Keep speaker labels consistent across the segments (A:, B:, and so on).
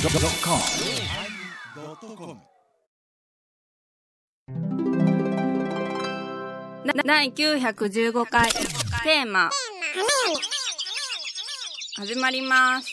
A: yosmir
B: な第915回テーマ始まります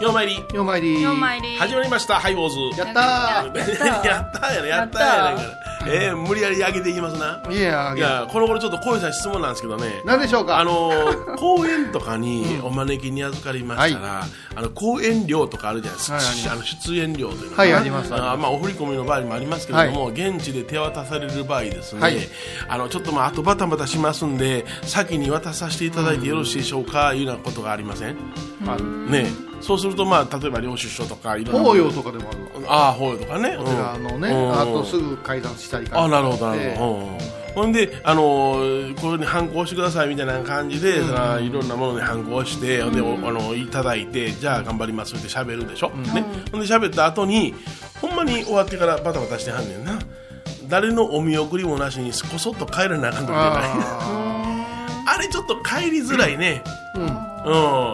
C: ようまいり
D: ようまいりー
B: お参り
C: 始まりましたハイボーズ
D: やった
C: やった
B: やっ
C: ーやねやったーやねえー、無理やり上げていきますな
D: ーいやあ
C: い
D: げ
C: やこの頃ちょっと小さん質問なんですけどね
D: 何でしょうか
C: あのー公園とかにお招きに預かりましたら、あの公園料とかあるじゃないですか、
D: はい
C: あの出演料というの
D: はい
C: かな
D: あります
C: あーまあ、お振り込みの場合もありますけれども、現地で手渡される場合ですね、
D: はい
C: あのちょっとまあ後バタバタしますんで先に渡させていただいてよろしいでしょうか、いうようなことがありません
D: あ
C: ねそうするとまあ例えば領収書とかいろんな
D: 法要とかでもあるわ
C: ああ法要とかねお
D: お寺のねあとすぐ解散したりか
C: あなるほどなる
D: ええ
C: ほど、うんうんほんで、あのーこれに反抗してくださいみたいな感じで、そらいろんなものに反抗して、ほんでおあのいただいてじゃあ頑張りますって喋るでしょ、ね、ほんで喋った後にほんまに終わってからバタバタしてはんねんな誰のお見送りもなしにこそっと帰らなあかんとかね
D: あ
C: あれちょっと帰りづらいね、
D: ーうん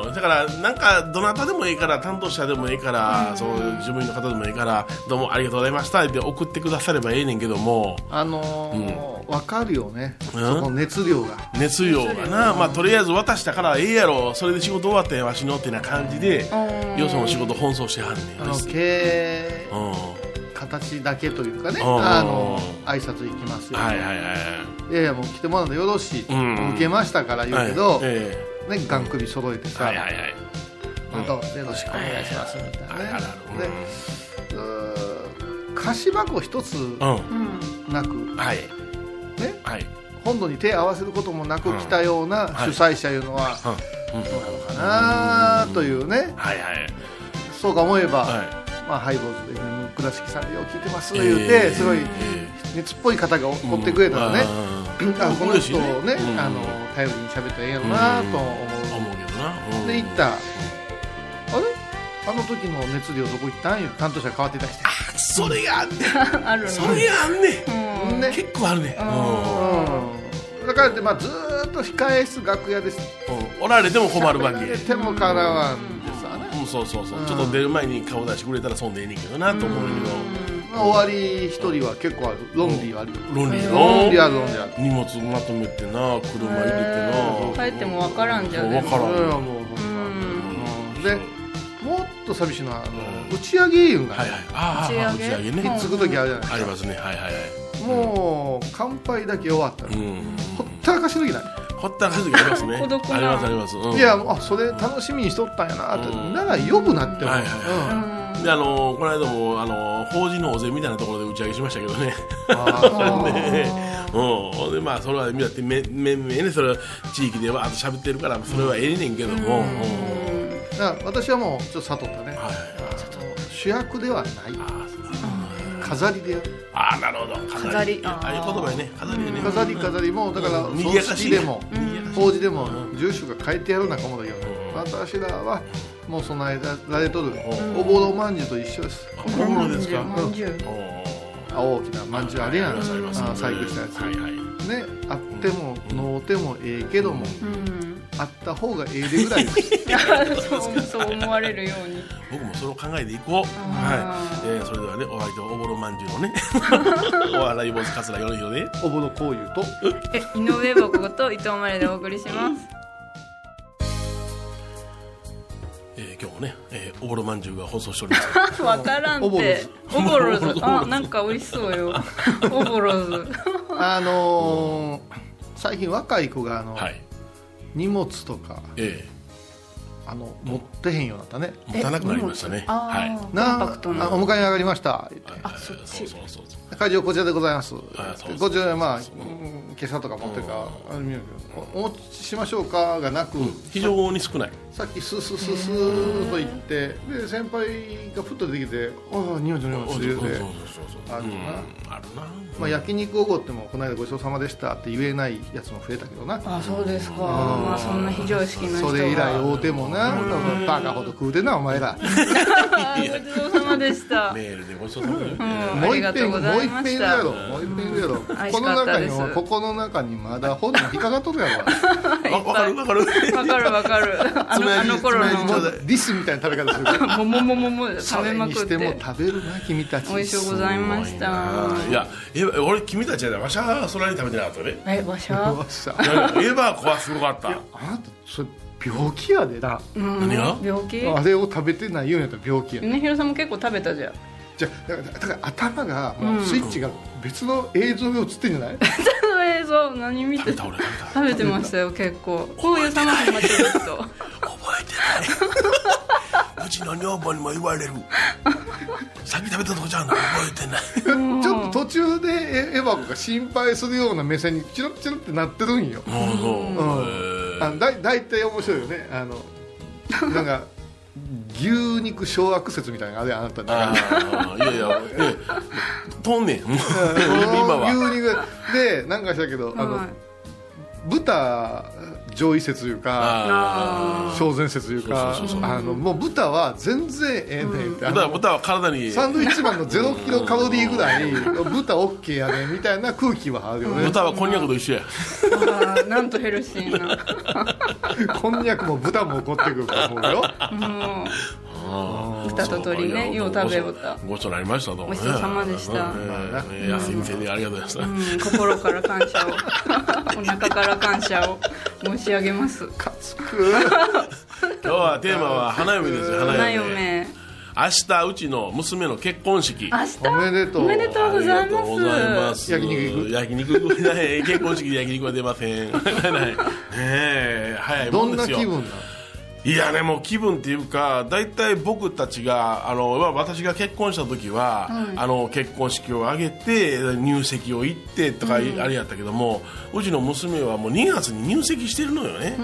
C: うん、だから、なんか、どなたでもいいから、担当者でもいいから、そう、事務員の方でもいいから、どうもありがとうございましたって送ってくださればええねんけども、
D: あのーわかるよねそ
C: うん
D: の熱量が
C: 熱量がな、まあ、とりあえず渡したからええやろ、それで仕事終わったんやわしのってな感じで、よその仕事奔走してはんねん。
D: あの経
C: うん、は
D: 形だけというかね
C: うん
D: あの挨拶行きます
C: い
D: よ
C: はいはい。
D: いやいやもう来てもらうのよろしい
C: うん
D: 受けましたから言うけ
C: はい
D: ど
C: え
D: ねガン首揃えて
C: え
D: さ
C: はいはいはい。
D: またよろしくお願いしますみたい
C: あるあ
D: な
C: る
D: ね
C: ある。
D: でうーん菓子箱一つ
C: うん。
D: なく
C: うんはい。
D: ね
C: はい。
D: 本土に手を合わせることもなく来たような
C: はい
D: 主催者いうのは
C: うん。うん。
D: どうなのかなというね
C: はいはい。
D: そうか思えば、
C: は
D: まあ、ハイボーズで「倉敷さんよう聞いてます」
C: い。
D: 言うて、
C: ええ
D: すごい
C: え
D: 熱っぽい方が
C: え
D: 怒ってくれたらね、
C: うんうんうん
D: あこの
C: 嬉しい
D: 人
C: ね
D: をね、
C: うん
D: あの頼りに喋ったらええやろなと思う、
C: 思うけどな、うん
D: で行った、あれあの時の熱量どこ行ったんよ担当者変わってたりして
C: それがあんね
B: ある
C: んそれがあんね
D: うん
C: ん、
D: ね
C: 結構あるねん、うん
D: うんだからで、まあ、ずーっと控え室楽屋です
C: おられても困るわけ、
D: 喋られてもからわんですわね、
C: うん、そうそうそう、
D: うん
C: ちょっと出る前に顔出してくれたらそんでええねんけどなと思うんだ
D: まあ、終わり一人は結構あるロンリーはあるよ
C: けど論理
D: ロンリー
C: の
D: あるロンリーある
C: 荷物まとめてな車入れてな
B: 帰っても分からんじゃん
C: 分からん、
D: それ
C: は
D: はもうほんま
C: うん
D: でもっと寂しいのはあの打ち上げいうんが
C: いはいああ打
B: 打
C: ち
B: ち上
C: 上
B: げ
C: げね、
D: ひっつく時あるじゃない
C: ありますねはいはいはい
D: もう乾杯だけ終わったら
C: うんうんうん
D: ほったらかしの時ない
C: ほったらかしがありますね
B: 孤独な
C: ありますあります、うん
D: いやあそれ楽しみにしとったんやなって
C: うん
D: なら呼ぶなって思う
C: はいは
D: うん
C: であのこの間もあの法事のお膳みたいなところで打ち上げしましたけどね
D: あー
C: ねうん、 でまあそれはみんなってめめめねそれは地域でわーっと喋ってるからそれはええねんけども、うん
D: だから私はもうちょっと悟ったね
C: はい
D: 主役ではない
C: あーそう
D: 飾りでやる
C: あーなるほど
B: 飾り
C: ああいう言葉やね飾りやね
D: 飾り飾りもだから
C: うん
D: 葬式でも
C: 賑やかしい
D: 法事でも住所が変えてやる仲間だけど
C: うん
D: 私らはもうその間られとる
C: ん
D: おぼろまんじゅうと一緒です
C: あ本物ですか
D: うん
C: お
D: あ大きなまんじゅうあれやんあ
C: りますあります
D: ー細工したやつ
C: はいはい
D: ねあってものうてもええけどもあった方がええでぐらいで す
B: そうそう思われるように
C: 僕もそれを考えていこう
B: あ
C: は
B: ー
C: い、えー、それではねお相手はおぼろまんじゅうのね お笑い坊主桂米宏で
D: おぼろこういうと
B: え井上箱と伊藤まででお送りします
C: えー今日もね、えー、おぼろまんじゅうが放送しておりま す
B: 分からんってオボロズあなんか美味しそうよオボロズ
D: あのー最近若い子があの、
C: はい
D: 荷物とか
C: え
D: あの持ってへんようになったね、
C: ー、持たなくなりましたねはい
D: な
B: コンパクトな
D: あお迎えに上がりました言って
C: あそっちそうそうそうそう
D: 会場こちらでございます
C: あそうそう
D: こちらでまあうん今朝とか持ってるからあ見るけどおお持ちしましょうかがなく、
C: 非常に少ない
D: さっきスースースースーと行ってで先輩がふっと出てきて「ああ荷物荷
C: そ
D: 物」
C: う
D: 言う
C: そう
D: て
C: そうそう
D: ある
C: う
D: な
C: んあるな
D: まあ、焼肉おごってもこの間ごちそうさまでしたって言えないやつも増えたけどな
B: あそうですかまあそんな非常識な人
D: それ以来大手もねな、バカほど食うてんなお前ら
B: あーごちそうさまでした。
C: メールでごちそうさまでした
B: うん
D: も
B: あ
D: う
B: り
D: 一
B: がと
D: 遍
B: う
D: も
B: ご
D: う
B: ざい
D: 一
B: ま
D: 遍い
B: し
D: るや
B: た。
D: ろもう一遍いるやろ
B: ん美味
D: こ
B: しか
D: の
B: った
D: 中
B: で
D: に
B: す
D: ここの中にまだ本人引っかかっとるやろ
C: わわかるわかる
B: わかるわかる。あのあの頃
C: つまようじちょ
B: の
C: うだい
D: ディスみたいな食べ方するから
B: ももももも
D: そ
B: 食べ
D: れ
B: ま
D: に
B: くっ
D: しても
B: て。
D: 食べるな君たち
B: 美味しゅうございました。
C: いやえ俺君たちやでわしゃ空に食べてなかったね
B: え、わし
D: う
B: ゃ
D: わ。さ
C: いやエヴァーはすごかった
D: あなたそれ病気やでな
B: うん
C: 何が
B: 病気。
D: あれを食べてない言うんやったら病気や
B: ねひろさんも結構食べたじゃん。
D: じゃあだからだから頭がもうスイッチが別の映像が映ってんじゃない
B: その映像何見
C: 食
B: て
C: べた俺食べた
B: 食べてましたよ結構こういうさまさまちょ っと
C: 覚えてないうちの女房にも言われるさっき食べたとこじゃん覚えてない
D: ちょっと途中でエエヴァ子が心配するような目線にチロッチロってなってるんよ、
C: もうそう、
D: うん、あのだい大体面白いよねあのなんか牛肉小悪説みたいなのあれあなた
C: あ
D: ね
C: ーいやい やいやとんねんもう今は
D: 牛肉でなんかしたけど、あの
B: はい
D: 豚上位説というか
C: あ
D: 小前説というか
C: そうそうそう
D: あのもう豚は全然ええねんって、
C: あ
D: あ
C: 豚
D: の
C: 豚は体に
D: サンドイッチマンのゼロキロカロリーぐらい豚 OK やねみたいな空気はあるよね
C: 豚はこんにゃくと一緒や
B: あーなんとヘルシーな
D: こんにゃくも豚も怒ってくると思うよ
B: もう
C: 豚
B: 豚と鶏ねよう食べた、
C: ごちそうになりましたどうもね
B: ごちそうさまでした
C: うんえー安い店でありがとうございま
B: うん、心から感謝 をお腹から感謝を申し上げます
D: かつく
C: した今日はテーマは花嫁ですよ花
B: 花
C: 嫁
B: 嫁
C: 明日うちの娘の結婚式
B: 明
D: お
B: 日
D: めでとう
B: おめでとうござい
C: ありがとうございま
B: ますす
D: 焼肉行く
C: 焼肉行く ね結婚式で焼肉は出ません ねえ早いも
D: ど
C: ん
D: ん
C: で
D: な
C: すよ
D: 気分なの
C: いやねもう気分っていうか大体僕たちがあのまあ私が結婚した時は、あの結婚式を挙げて入籍を行ってとか、あれやったけどもうちの娘はもう2月に入籍してるのよね、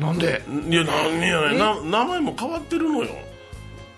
D: なんで
C: いやなんやねな名前も変わってるのよ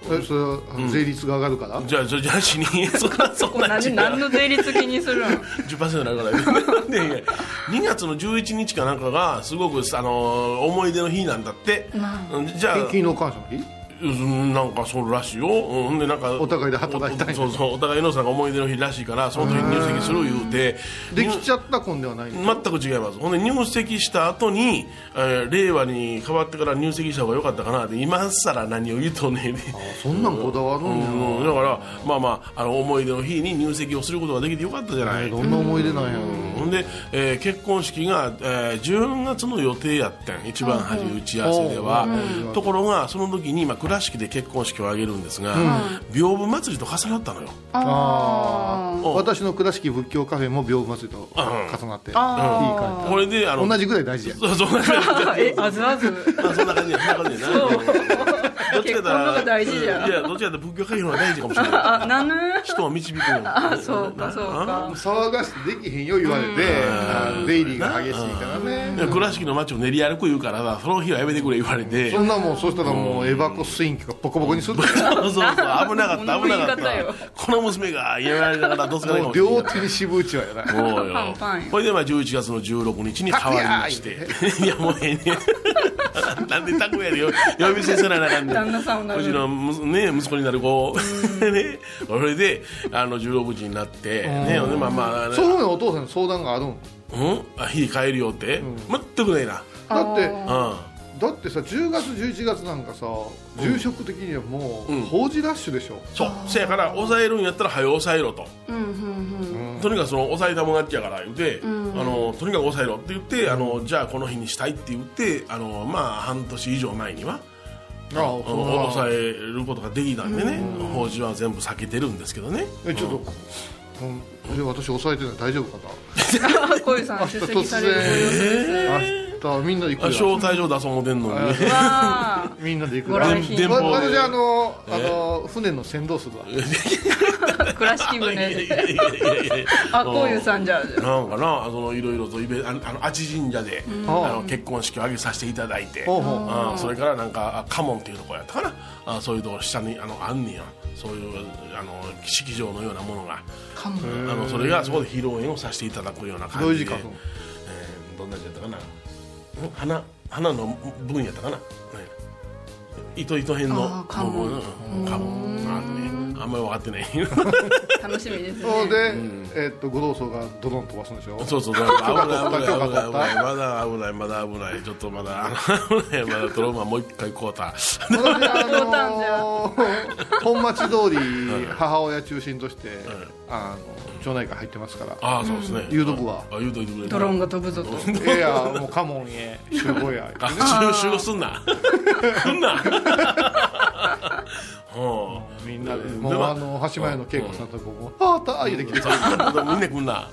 D: それはあの税率が上がるから、
C: じゃあじゃあじゃあ死にそんなそんな違う
B: 何何の税率気にする の
C: 10%になるからで2月の11日かなんかがすごく、あのー思い出の日なんだって、うんじゃあ
D: 返金の感謝の日
C: うんなんかそうらしいよ、うん、でなんか
D: お互いで働いたんや
C: おそうそうお互いのさんが思い出の日らしいからその時に入籍する言うて
D: できちゃった婚ではないの
C: 全く違いますほんで入籍した後に、えー令和に変わってから入籍した方が良かったかなって今更何を言うとんねんね
D: あそんなんこだわるんやな、
C: うんだからまあまああの思い出の日に入籍をすることができてよかったじゃない、
D: どんな思い出なんやろ
C: ほんで、えー結婚式が、えー10月の予定やったん一番初め打ち合わせでは、
D: うん
C: ところがその時に、まあ、倉敷で結婚式を挙げるんですが、屏風祭りと重なったのようん
D: ああ私の倉敷仏教カフェも屏風祭りと重なって、いい感
B: あ
D: じ
C: これであの
D: 同じぐらい大事や
C: そうそんな感じ
B: ーあえあずあず
C: あそんな感じやそんな感じやなどっちかやっ
B: 結婚の
C: たら
B: 方が大事じゃん
C: いやどっちかやったら仏教会の方が大事かもしれない
B: あなぬ
C: 人を導くの
B: あそうかそうか
D: 騒がしてできへんよ言われてあの出入りが激しいからね
C: で倉敷の街を練り歩く言うからなその日はやめてくれ言われて
D: そんなもんそうしたらもうエバコスインキがボコボコにするから
C: そうそう 危なかった
B: な
C: 危なか
B: この言
C: っ
B: い方よ
C: たこの娘が言われながらどうすかね
D: もう両手に渋打ちはやな
C: そう
B: パンパンよ
C: これでまあ11月の16日に変わりまして いやもうええねんなんでタクヤでよ呼び捨てせなあかんね
B: 旦那さんを名
C: う
B: 乗
C: ち
B: る
C: のむす、ね、息子になる子 ねそれであの16時になって、ね、ほんでまあまあ、
D: そういうのお父さんに相談があるん
C: うん、あ日帰るよって、全くないな
D: だって
C: う
D: だってさ10月11月なんかさ住職的にはもう、
C: うん
D: 法事ラッシュでしょ
C: んそうせやから抑えるんやったら早う抑えろと、
B: うんうん
C: とにかくその抑えたもがっちやから言うて、あのとにかく抑えろって言ってあのじゃあこの日にしたいって言ってあのまあ半年以上前には
D: あそ
C: あの抑えることができたんでね、法事は全部避けてるんですけどね、
D: えちょっと、うんえ私抑えてない大丈夫か
B: うん小遊さん出席されるご様子です
D: な、明日みんなで
C: あ
D: 行く
C: 招
D: よ
C: 待状出そう思てんのにね
B: わ
D: みんなで行く
B: ご
D: よ
B: 来賓
C: 電
D: わ
C: 報で
D: 私あのあの船の船頭するわ
B: ー倉敷
C: いや
B: 船
C: い
B: で
C: やいやいやいや
B: あこういうさんじゃあ
C: なんかなそのいろいろとイベあのあの阿智神社で、あの結婚式を挙げさせていただいて、
D: ほうほう
C: あそれからなんかあ家紋っていうところやったかなあそういうところ下にあのあんねやそういうあの式場のようなものが
B: かも
C: あのそれがそこで披露宴をさせていただくような感
D: どういう
C: じ
D: 時
C: で
D: 間する
C: えーどんな時間やったかな花花の分やったかな、ね糸糸編の
B: あー関門
C: うん関門あるねあんまり分かってない
B: 楽しみです
D: それ
B: ね
D: で、えっと五老僧がドドン飛ばすんでしょ
C: そうそうだから危ない危ない
D: 許可
C: 危
D: 取
C: ない
D: った
C: 危ないまだ危ないまだ危ないちょっとまだ 危ないまだトロマもう一回こうた
D: 私
B: 冗談じゃ
D: あのー本町通り母親中心として、あの町内会入ってますから
C: ああそうですね
D: 言うとくわ
C: あ言うといてくれ
B: ドローンが飛ぶぞと
D: いやいやもうカモンへ集合や
C: あ集合集合すんな すんな うん
D: みんなで
C: うん
D: もう
C: でも
D: あの橋前の恵子さんとこも「あーたー」言うて来てくれる
C: みんな来んな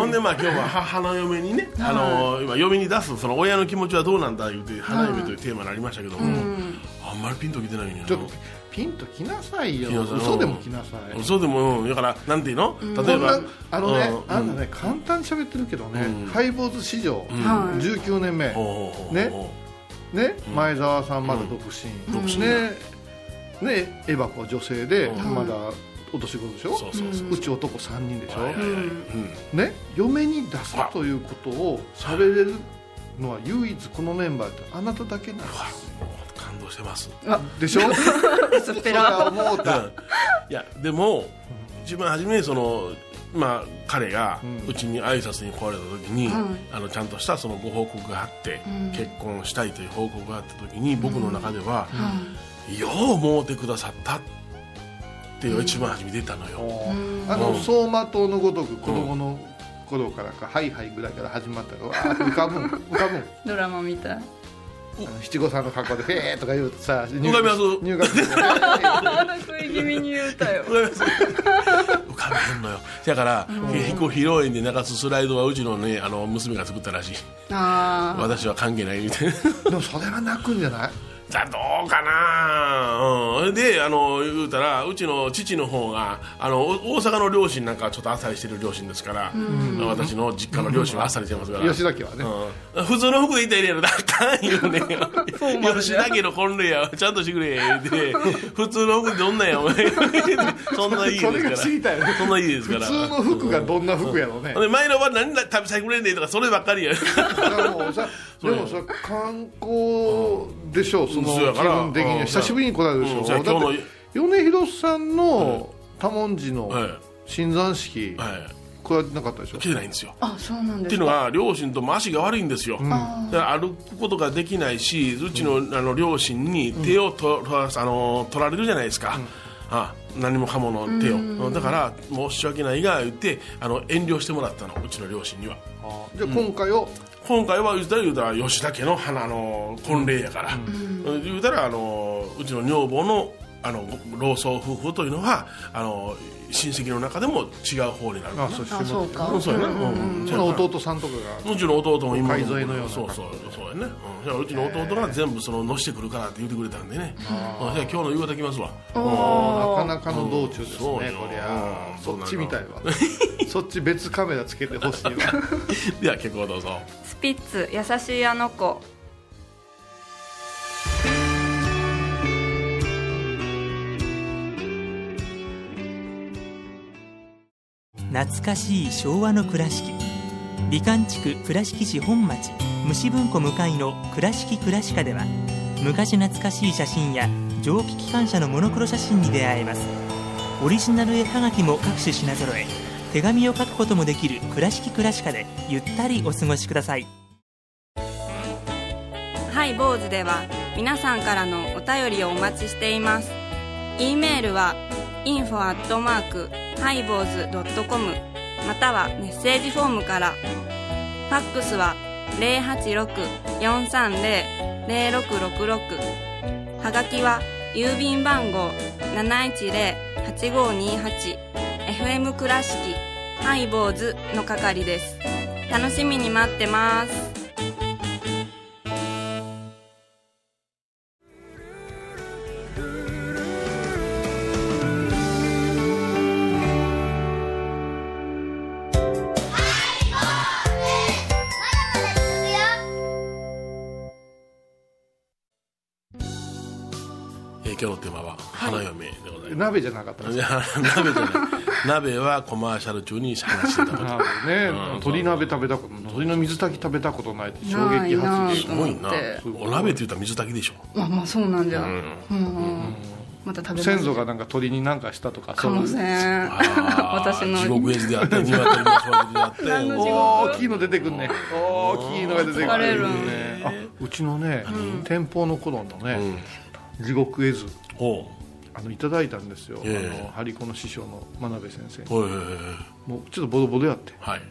C: ほんでまあ今日は母の嫁にね、あの今嫁に出すその親の気持ちはどうなんだ言うて花嫁というテーマになりましたけども、あんまりピンときてないんやな
D: ちょっとピンと来なさいよ
C: 来なさい
D: 嘘でも来なさい
C: そうでも、うんだからなんていうの、例
D: こ
C: え
D: ん
C: ば
D: なあのね、
C: うん
D: あんたね簡単に喋ってるけどね、ハイボーズ史上
B: はい
D: 19年目、
C: ほうほうほう
D: ね
C: ほ
D: ね、前澤さんまだ独身、ねねエバ子女性で、まだお年頃でしょ、
C: うそうそうそう、
D: うち男3人でしょ、
C: はいはいはい
D: ね、嫁に出すということをされれるのは唯一このメンバーってあなただけなんです
C: もう感動してます、
D: でしょ
B: すっ
D: そ
B: ぺ
D: れ
B: ら
D: は思うた、
C: いやでも一番初めにそのまあ彼が
D: ん
C: うちに挨拶に来られた時に、
B: はい
C: あのちゃんとしたそのご報告があって、
B: ん
C: 結婚したいという報告があった時に僕の中では、
B: は
C: よう思うてくださったっていうのが一番初めに出たのよ、
D: あの
C: うん
D: 走馬灯のごとく子供の頃からか、ハイハイぐらいから始まったからわーって浮かぶん浮かぶん
B: いドラマみたい
D: あの七五三の格好で「へえ」とか言うとさ入
C: 浮かびます
D: 入学 式で
B: あん食い気味に言うたよ
C: 浮かべへんのよだから、結構披露宴で流すスライドはうちのねあの娘が作ったらしい
B: あ
C: 私は関係ないみたいな
D: でもそれは泣くんじゃない
C: さあどうかなうんであの言うたらうちの父の方があのお大阪の両親なんかはちょっとあっさりしてる両親ですから、私の実家の両親はあっさりしてますから、
D: 吉田家はね、
C: うん普通の服でいたらええやろだあかんよね
B: ーマル
C: 吉
B: じゃん
C: 田家の婚礼やちゃんとしてくれで普通の服どんなんやお前 そんないい
D: それ
C: で
D: が
C: すか
D: 知り
C: ら
D: たいよね
C: そんないいですか
D: 普
C: ら
D: 通の服がどんな服やろうね、
C: ほんで前の晩何食べさせてくれんねんとかそればっかりや
D: だからもうさでもさ観光でしょうその
C: そうや
D: 気
C: から
D: 分的には
C: うん
D: 久しぶりに来られるでしょ
C: うん
D: う
C: じゃあ
D: だっ
C: 今日の
D: て米広さんの多文字の
C: はい
D: 新山式
C: はい
D: 来られてなかったでしょ
C: 来てないんですよ
B: ああそうなん
C: っ
B: で
C: てい
B: す
C: うの
B: か
C: が両親とも足が悪いんですよ、だから歩くことができないしうちの,、あの両親に手をと、とあの取られるじゃないですか、あ何もかもの手を、だから申し訳ないが言ってあの遠慮してもらったのうちの両親には
D: あーじゃあ今回を
C: 今回は言うたら言うたら吉田家の花の婚礼やから、言うたらあのうちの女房のあの老僧夫婦というのはあの親戚の中でも違う方になる
D: あそうして
B: あそうか
C: そうやな、うん
D: その弟さんとかが
C: うちの弟も今
D: 海沿いのような
C: そうそうそうやね、うん、だからうちの弟が全部その乗してくるからって言ってくれたんでね、うん、じゃあ今日の夕方来ますわ
D: なかなかの道中です
C: う
D: ね
C: んそうよ
D: こりゃ
C: うん
D: そっちみたいわそっち別カメラつけてほし いわ
C: では結構どうぞ
B: スピッツ優しいあの子
A: 懐かしい昭和の倉敷美観地区倉敷市本町虫文庫向かいの「倉敷倉歯科」では昔懐かしい写真や蒸気機関車のモノクロ写真に出会えますオリジナル絵はがきも各種品揃え手紙を書くこともできる「倉敷倉歯科」でゆったりお過ごしください
B: ハイボーズでは皆さんからのお便りをお待ちしています。e メールは info アットマークハイボーズドットコムまたはメッセージフォームから。ファックスは086-430-0666はがきは郵便番号710-8528 FM 倉敷ハイボーズの係です。楽しみに待ってます。
C: ええー今日のテーマは花嫁でございます。
D: 鍋じゃなかったで
C: い
D: す
C: や鍋じゃない鍋はコマーシャル中に話してたこと
D: 鍋ね、
C: うん
D: 鶏鍋食べたこと鶏の水炊き食べたことないって衝
B: ない
D: 撃
B: な
D: 発
B: い
D: 言
C: すごいな
B: って
C: お鍋って言ったら水炊き でしょ
B: まあまあそうなんだよ、うんまた食べます
D: 先祖がなんか鳥になんかしたとか
B: かもしれん
C: あー
B: 私の
C: 地獄絵図であって鶏の掃除であって
B: 何の地獄
D: 大きいの出てくんね大きいのが出てく
B: 疲れ
D: る
B: る
D: ねあうちのね天保の頃のね地獄絵図
C: おう
D: あのいただいたんですよ、
C: ええ
D: あの張り子の師匠の真鍋先生に
C: おいおいおい
D: もうちょっとボロボロやって
C: はい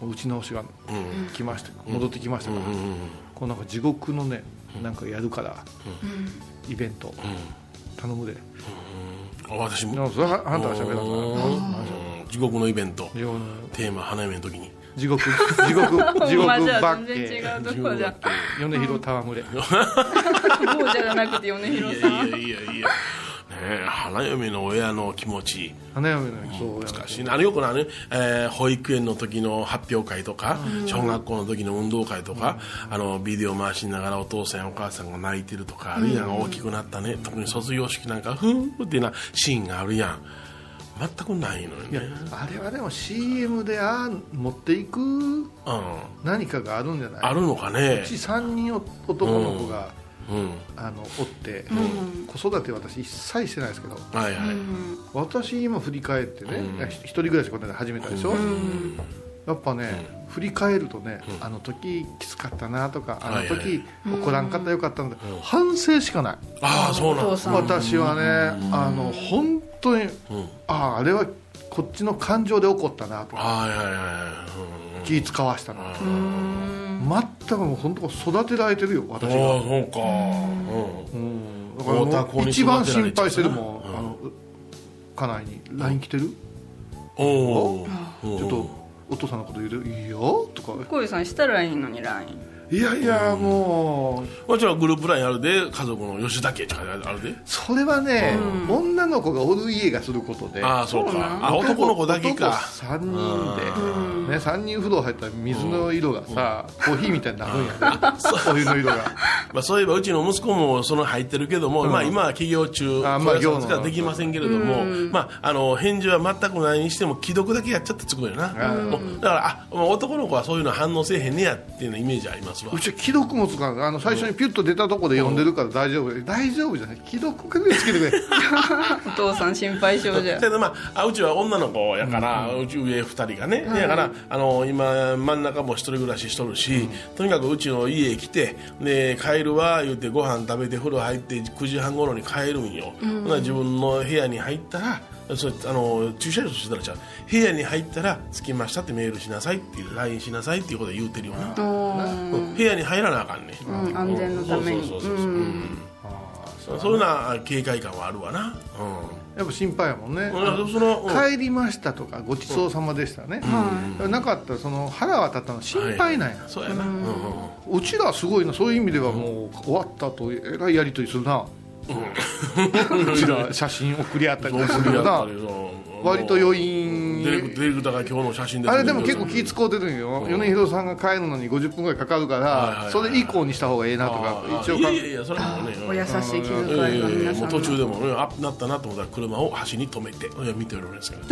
D: こう打ち直しが
C: うん
D: 来まして戻ってきましたから、
C: うんうん
D: こうなんか地獄のねなんかやるから、イベント頼むで、
C: あ私も
D: なんかそれはあんたが喋らんから
C: うん地獄のイベント
D: 地獄
C: テーマ花嫁の時に
D: 地獄 地獄地獄
B: まあじゃ
D: バ
B: あ
D: ッ
B: 全然
D: ケ
B: 違うとこじゃ
D: 米広戯れ、
B: 王者じゃなくて米広
C: い
B: さん
C: やいやいやいやねえ花嫁の親の気持ち
D: 花嫁の気象や
C: 難しいなあのよくあの、えー保育園の時の発表会とか、小学校の時の運動会とか、あのビデオ回しながらお父さんやお母さんが泣いてるとかあるいは大きくなったね、特に卒業式なんかふーんっていうなシーンがあるやん全くないのよ
D: いや
C: ね
D: あれはでも CM でああ持っていく
C: うん
D: 何かがあるんじゃない
C: あるのかね
D: うち3人お男の子が、
C: うん
D: あのおって、子育て私一切してないですけど
C: はいはい、
D: 私今振り返ってね、ひ一人暮らしこの間始めたでしょ、やっぱね、振り返るとね、あの時きつかったなとかあの
C: はいはい
D: 時怒らんかったらよかったんだ、反省しかない、
C: ああそうなん
B: お
C: で
B: 父
C: す
B: さん
D: 私はね、あの本当に、あああれはこっちの感情で怒ったなとか
C: はいはいはいはいうん
D: 気使わしたなとか全くもう本当育てられてるよ私が
C: ああそうかうん
D: うんだ
C: 太田
D: から
C: 光
D: もう
C: に
D: 一番
C: 育てら
D: 心
C: れちゃう
D: 配してるもん、あの家内に LINE 来てる、
C: おお
D: ちょっとお父さんのこと言うていいよとか
B: 小うさんしたらいいのに LINE
D: いやいやもう
C: もちろんグループラインあるで家族の吉田家とかあるで
D: それはね、女の子がおる家がすることで
C: ああそう
B: そうなん
C: かあ男の子だけか
D: 3人で、ね、3人風呂入ったら水の色がさ、コーヒーみたいになるんや で、お湯の色が
C: まあ、そういえばうちの息子もその入ってるけども、まあ、今は企業中
D: あまあ
C: それはそれしかできませんけれども、まあ、あの返事は全くないにしても既読だけやっちゃってつくのよな、もうだからあもう男の子はそういうの反応せえへんねやっていうのイメージありますわ
D: うちは既読もつかんあの最初にピュッと出たとこで呼んでるから大丈夫大丈夫じゃない既読くらいつけてくれ
B: お父さん心配性じゃ
C: けどまあ、あうちは女の子やから、うち上2人がね、だからあの今真ん中も一人暮らししとるし、とにかくうちの家へ来てで帰るわ言うてご飯食べて風呂入って9時半頃に帰るんよ、ほな自分の部屋に入ったらそれあの駐車場としてたらちゃう部屋に入ったら着きましたってメールしなさいっていう LINE しなさいっていうことで言うてるよな、うん部屋に入らなあかんね、
B: うん安全のために
C: そうそうそうそう、うんそうそういうな警戒感はあるわな、う
D: やっぱ心配やもんね、
C: んそのうん
D: 帰りましたとかごちそうさまでしたね、なかったらその腹が立ったの心配なんや、
C: そうやな、うんうんうん
D: うちらすごいなそういう意味ではもう終わったとえらいやり取りするな、うちら写真送り合ったりとかするよな割と余韻
C: ディレクディレクターが今日の写真で
D: あれでも結構気使うてるんよ、米広さんが帰るのに50分ぐらいかかる
C: い
D: から、
C: はいはい
D: それ以降にした方がええなとか
C: ああ
D: 一応
C: い
D: か
C: やいやいやそれはもうね
B: お優しい気遣
C: いやい
B: い
C: や
B: が
C: いや
B: 皆
C: も
B: さ
C: うん途
B: の
C: 中でもねあなったなと思ったら車を端に止めていや見てるんですけど
B: す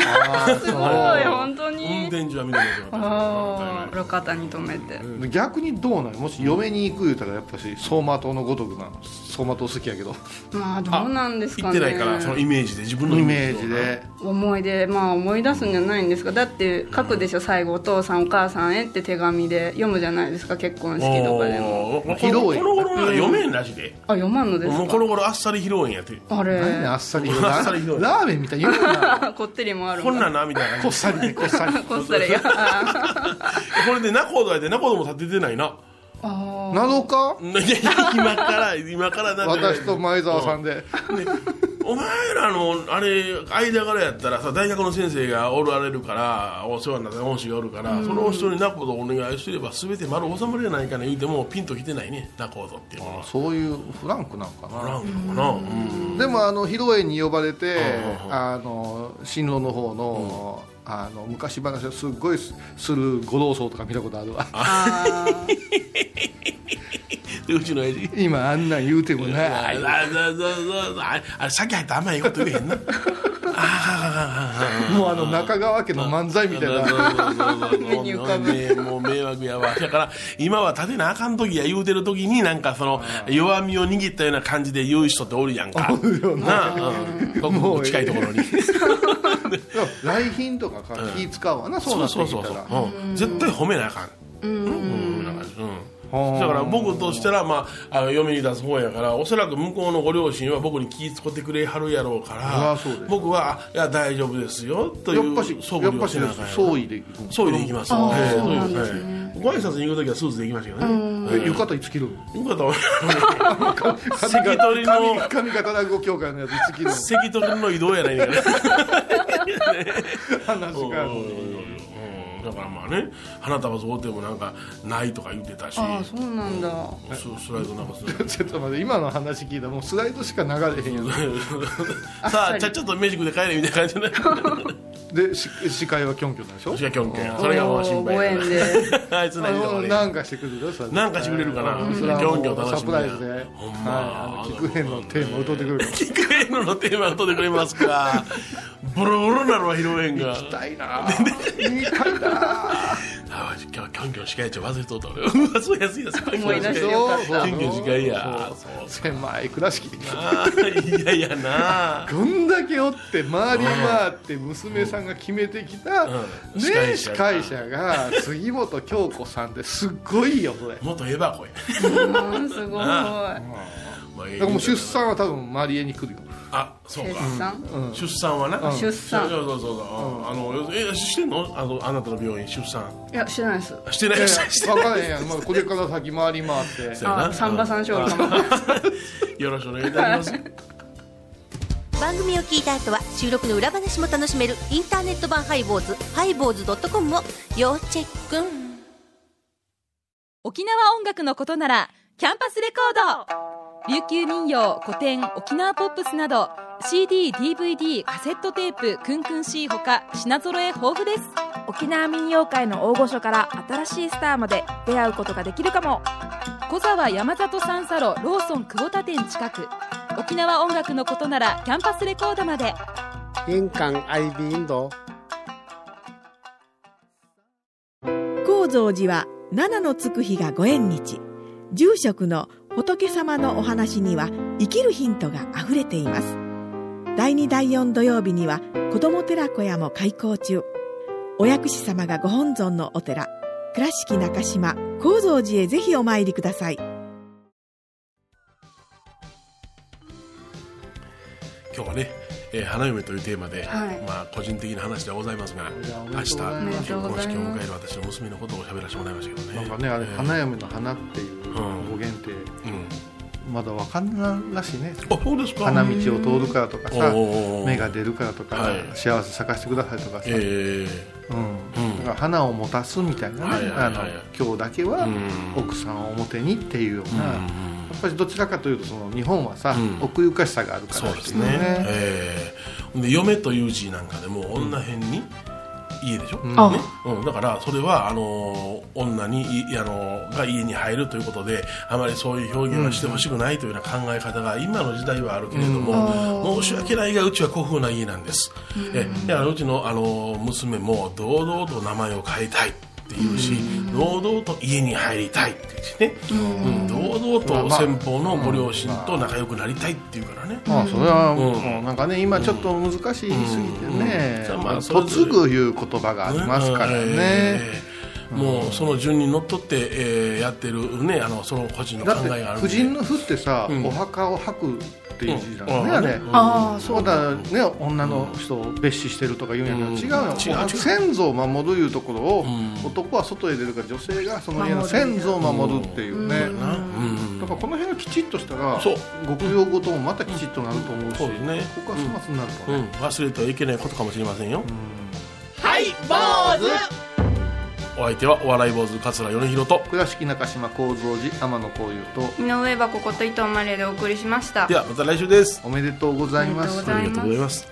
B: ごい本当
C: 運
B: に
C: 転中は見てますよ
B: ああ路肩に止めて
D: 逆にどうなのもし嫁に行く言うたらやっぱし走馬灯のごとくなの走馬灯好きやけど
B: まあどうなんです
C: 行
B: か
C: っ
B: ね
C: てないからそのイメージで自分の
D: イメージで
B: 思い出まあ思い出すんじゃないんですかだって書くでしょ最後「お父さんお母さんへ」って手紙で読むじゃないですか結婚式とかでも
C: おー
D: 披露宴
C: この頃なんか読めんらしいで
B: あ読まんのです
C: もう
B: か
C: この頃あっさり披露宴やって
B: あれ
D: 何ね あっさり言う
C: あ
D: な
C: っさ
D: ラ
C: り言う
D: ーメンみたいに言うな
B: こってりもある
C: こん
B: な
C: なんなみたいな
D: こ
C: こ
D: っさりねこっさり
B: こっそりが
C: れで仲人やって仲人も立ててないな
B: あ
D: なのか
C: いやいや今から今からなんか
D: 私と前澤さんで
C: でお前らのあれ間からやったらさ大学の先生がおられるからお世話になった恩師がおるから、その人に仲人お願いすれば全て丸収まるやないかね言うてもピンときてないね仲人っていうのは
D: そういうフランクなん
C: お
D: かな
C: らんのかなうん
D: でもあの披露宴に呼ばれてあの新郎の方の,、あの昔話をすっごいすするご老僧とか見たことあるわ
B: あ
C: ってうちの親父
D: 今あんなん言うてもな
C: あれあれ先入ったらあんまりいいこと言えへんな
D: もうあの中川家の漫才みたいな
C: 目に浮かぶもう迷惑やわだから今は立てなあかん時や言うてる時になんかその弱みを握ったような感じで言う人っておるやんか
D: おるよな
C: なあ、うん、
D: もう
C: 僕近いところに
D: 来賓とかから気使うわな、そうなってきたら
C: うん絶対褒めなあかんうんなんかうんだから僕としたら、まあ、あの嫁に出す方やからおそらく向こうのご両親は僕に気使ってくれはるやろうか
D: あ
C: ら
D: ーそうです
C: 僕はあ「いや大丈夫ですよ」とい
D: や
C: う
D: っぱし
C: 素
D: や
C: 振
D: っ
C: り
D: ぱ
C: を
D: し
C: しなあかんやろ
D: 総意で行く
C: そうでいきますよ。ええ
E: そうなんですね
C: ええご挨拶に行くときはスーツで行きましたけどね。
D: え浴衣いつ着 る
C: よかったわ。関取の、
D: 髪型落語協会のやついつ着る
C: 関取の移動やないねんから。
D: 話が
C: うんだからまあね、花束贈呈もなんかないとか言ってたし、
E: ああそうなんだ
C: ススライドなんかする。
D: ちょっと待って今の話聞いたらもうスライドしか流れへんやん
C: さあ、ちゃっちゃとメジックで帰れみたいな感じでね。
D: でし司会はキョンキョンなんでしょ
C: 私がキョンキョン。それがまあ心
E: ご
C: 配
E: 縁で
C: だな。あいつ何とか
D: あの
C: ね。
D: なんかしてくれるよそれ
C: なんかしてくれるかな
D: うん
C: うん
D: それは
C: キョ
D: も
C: ンキョン楽しみ
D: う
C: や
D: サプライズではい
C: ほんま
D: あの聞くへんのテーマ歌ってくれるか
C: キックエンドのテーマを取ってくれますか。ボロボロなるわ、披露宴が。
D: ら痛 いなぁ痛いなぁ
C: あ今日キョンキョン司会長忘れとった俺うわそうやすいやすキョンキョン司会
E: 思い出してよ
C: 長
E: かった
C: キョンキョン司会やそうそう
D: 狭い倉敷
C: あーいやいやな
D: こんだけおって回り回って娘さんが決めてきた、
C: んうん
D: ね司
C: 司
D: 会
C: 会
D: 者が杉本京子さんってすっごいよ それだか
C: 元エバーこれ
E: うんすごい
C: まあ
D: らもう出産は多分マリエに来るよ
C: あそうか
E: 決算
C: うん出産はな
E: 出
C: そう
E: 産
C: そうそうそうあの要するにえしてんのあのあなたの病院出産
E: いや知らないです
C: してない
D: いや
C: して
D: 分からへんやん、まあ、これから先回り回って
C: そうやな
E: あサンバ三章かも
C: よろしくお願いいたします
F: 番組を聞いた後は収録の裏話も楽しめるインターネット版ハイボーズハイボーズドットコムを要チェック
G: 沖縄音楽のことならキャンパスレコード琉球民謡古典沖縄ポップスなど CDDVD カセットテープクンクン C ほか品揃え豊富です
H: 沖縄民謡界の大御所から新しいスターまで出会うことができるかも
G: 小沢山里三佐路ローソン久保田店近く沖縄音楽のことならキャンパスレコードまで
I: 玄関アイビーインド
J: 高蔵寺は七のつく日がご縁日住職の仏様のお話には生きるヒントがあふれています第2第4土曜日には子ども寺小屋も開校中お薬師様がご本尊のお寺倉敷中島・高蔵寺へぜひお参りください
C: 今日はねえー花嫁というテーマで、
E: はい
C: まあ個人的な話ではございますが
D: やおめ
C: 明日
D: でとうござい
E: ます
C: 結婚式を迎える私の娘のことを喋らせてもらいましたけどね
D: なんかねあれ
C: えー
D: 花嫁の花っていう
C: うん
D: 語源って
C: うん
D: まだ分かんないらしいね
C: あそうですか
D: 花道を通るからとかさ
C: おー
D: 芽が出るからとか、
C: はい
D: 幸せ探してくださいとかさ、
C: え
D: うん
C: うん
D: だから花を持たすみたいな、ね
C: はいはいはいはい
D: あの今日だけは
C: うん
D: 奥さんを表にっていうよう
C: え
D: な、やっぱりどちらかというとその日本はさ、
C: うん
D: 奥ゆかしさがあるか
C: そ
D: ら
C: う
D: っ
C: で
D: て
C: す
D: いう
C: ね
D: ね
C: ええで嫁という字なんかでも女編に家でしょ、
D: うん
H: あ
C: うん、だからそれはあの女にいあのが家に入るということであまりそういう表現はしてほしくないというような考え方が今の時代はあるけれども、申し訳ないがうちは古風な家なんです、えだからうちのあの娘も堂々と名前を変えたいっていうし、堂々と家に入りたいって言ってね、うん堂々と先方のご両親と仲良くなりたいっていうからね、
D: まあそれはもう、
C: うん
D: もうなんかね今ちょっと難しいすぎてね、
C: うんうん
D: まあ
C: まあそれぞ
D: 嫁
C: れ
D: ぐいう言葉がありますからね、
C: うんえーもうその順にのっとって、えーやってるねあのその個人の考
D: だっ
C: えがあるん
D: て婦
C: で
D: 人の「婦」ってさ、
C: うん
D: お墓を履くっていう字だね、
C: うん
D: あれ、
C: うん
E: ああ
D: そうだね女の人を蔑視してるとか言うんやけど、
C: うん
D: 違うよ
C: 違う違う
D: 先祖を守るいうところを、
C: うん
D: 男は外へ出るから女性がその家の先祖を守るっていうね、
C: うんうん
D: だからこの辺がきちっとしたら
C: そう
D: 極用語ともまたきちっとなると思うし、
C: そうですね
D: ここは粗末になると
C: う
D: ね、
C: ん、忘れてはいけないことかもしれませんよ、お相手はお笑い坊主桂米広と
D: 倉敷中島幸三寺天野幸雄と
B: 井上はここと伊藤マレーでお送りしました
C: ではまた来週です
D: おめでとうございま
B: おめでとうございま
D: す
B: す
C: ありがとうございます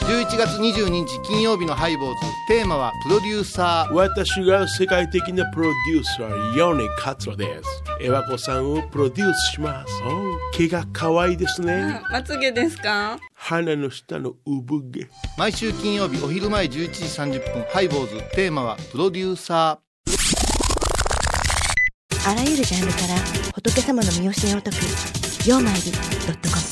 I: 11月
D: 月22日金曜日のハイボーズテーマはプロデューサ
C: ー私が世界的なプロデューサー米桂ですエ和子さんをプロデュースしますおう毛が可愛いですね、
E: まつげですか
C: 鼻の下の産毛
D: 毎週金曜日お昼前11時30分ハイボーズテーマはプロデューサ
J: あらゆるジャンルから仏様の身教えを解く「曜マイル .com」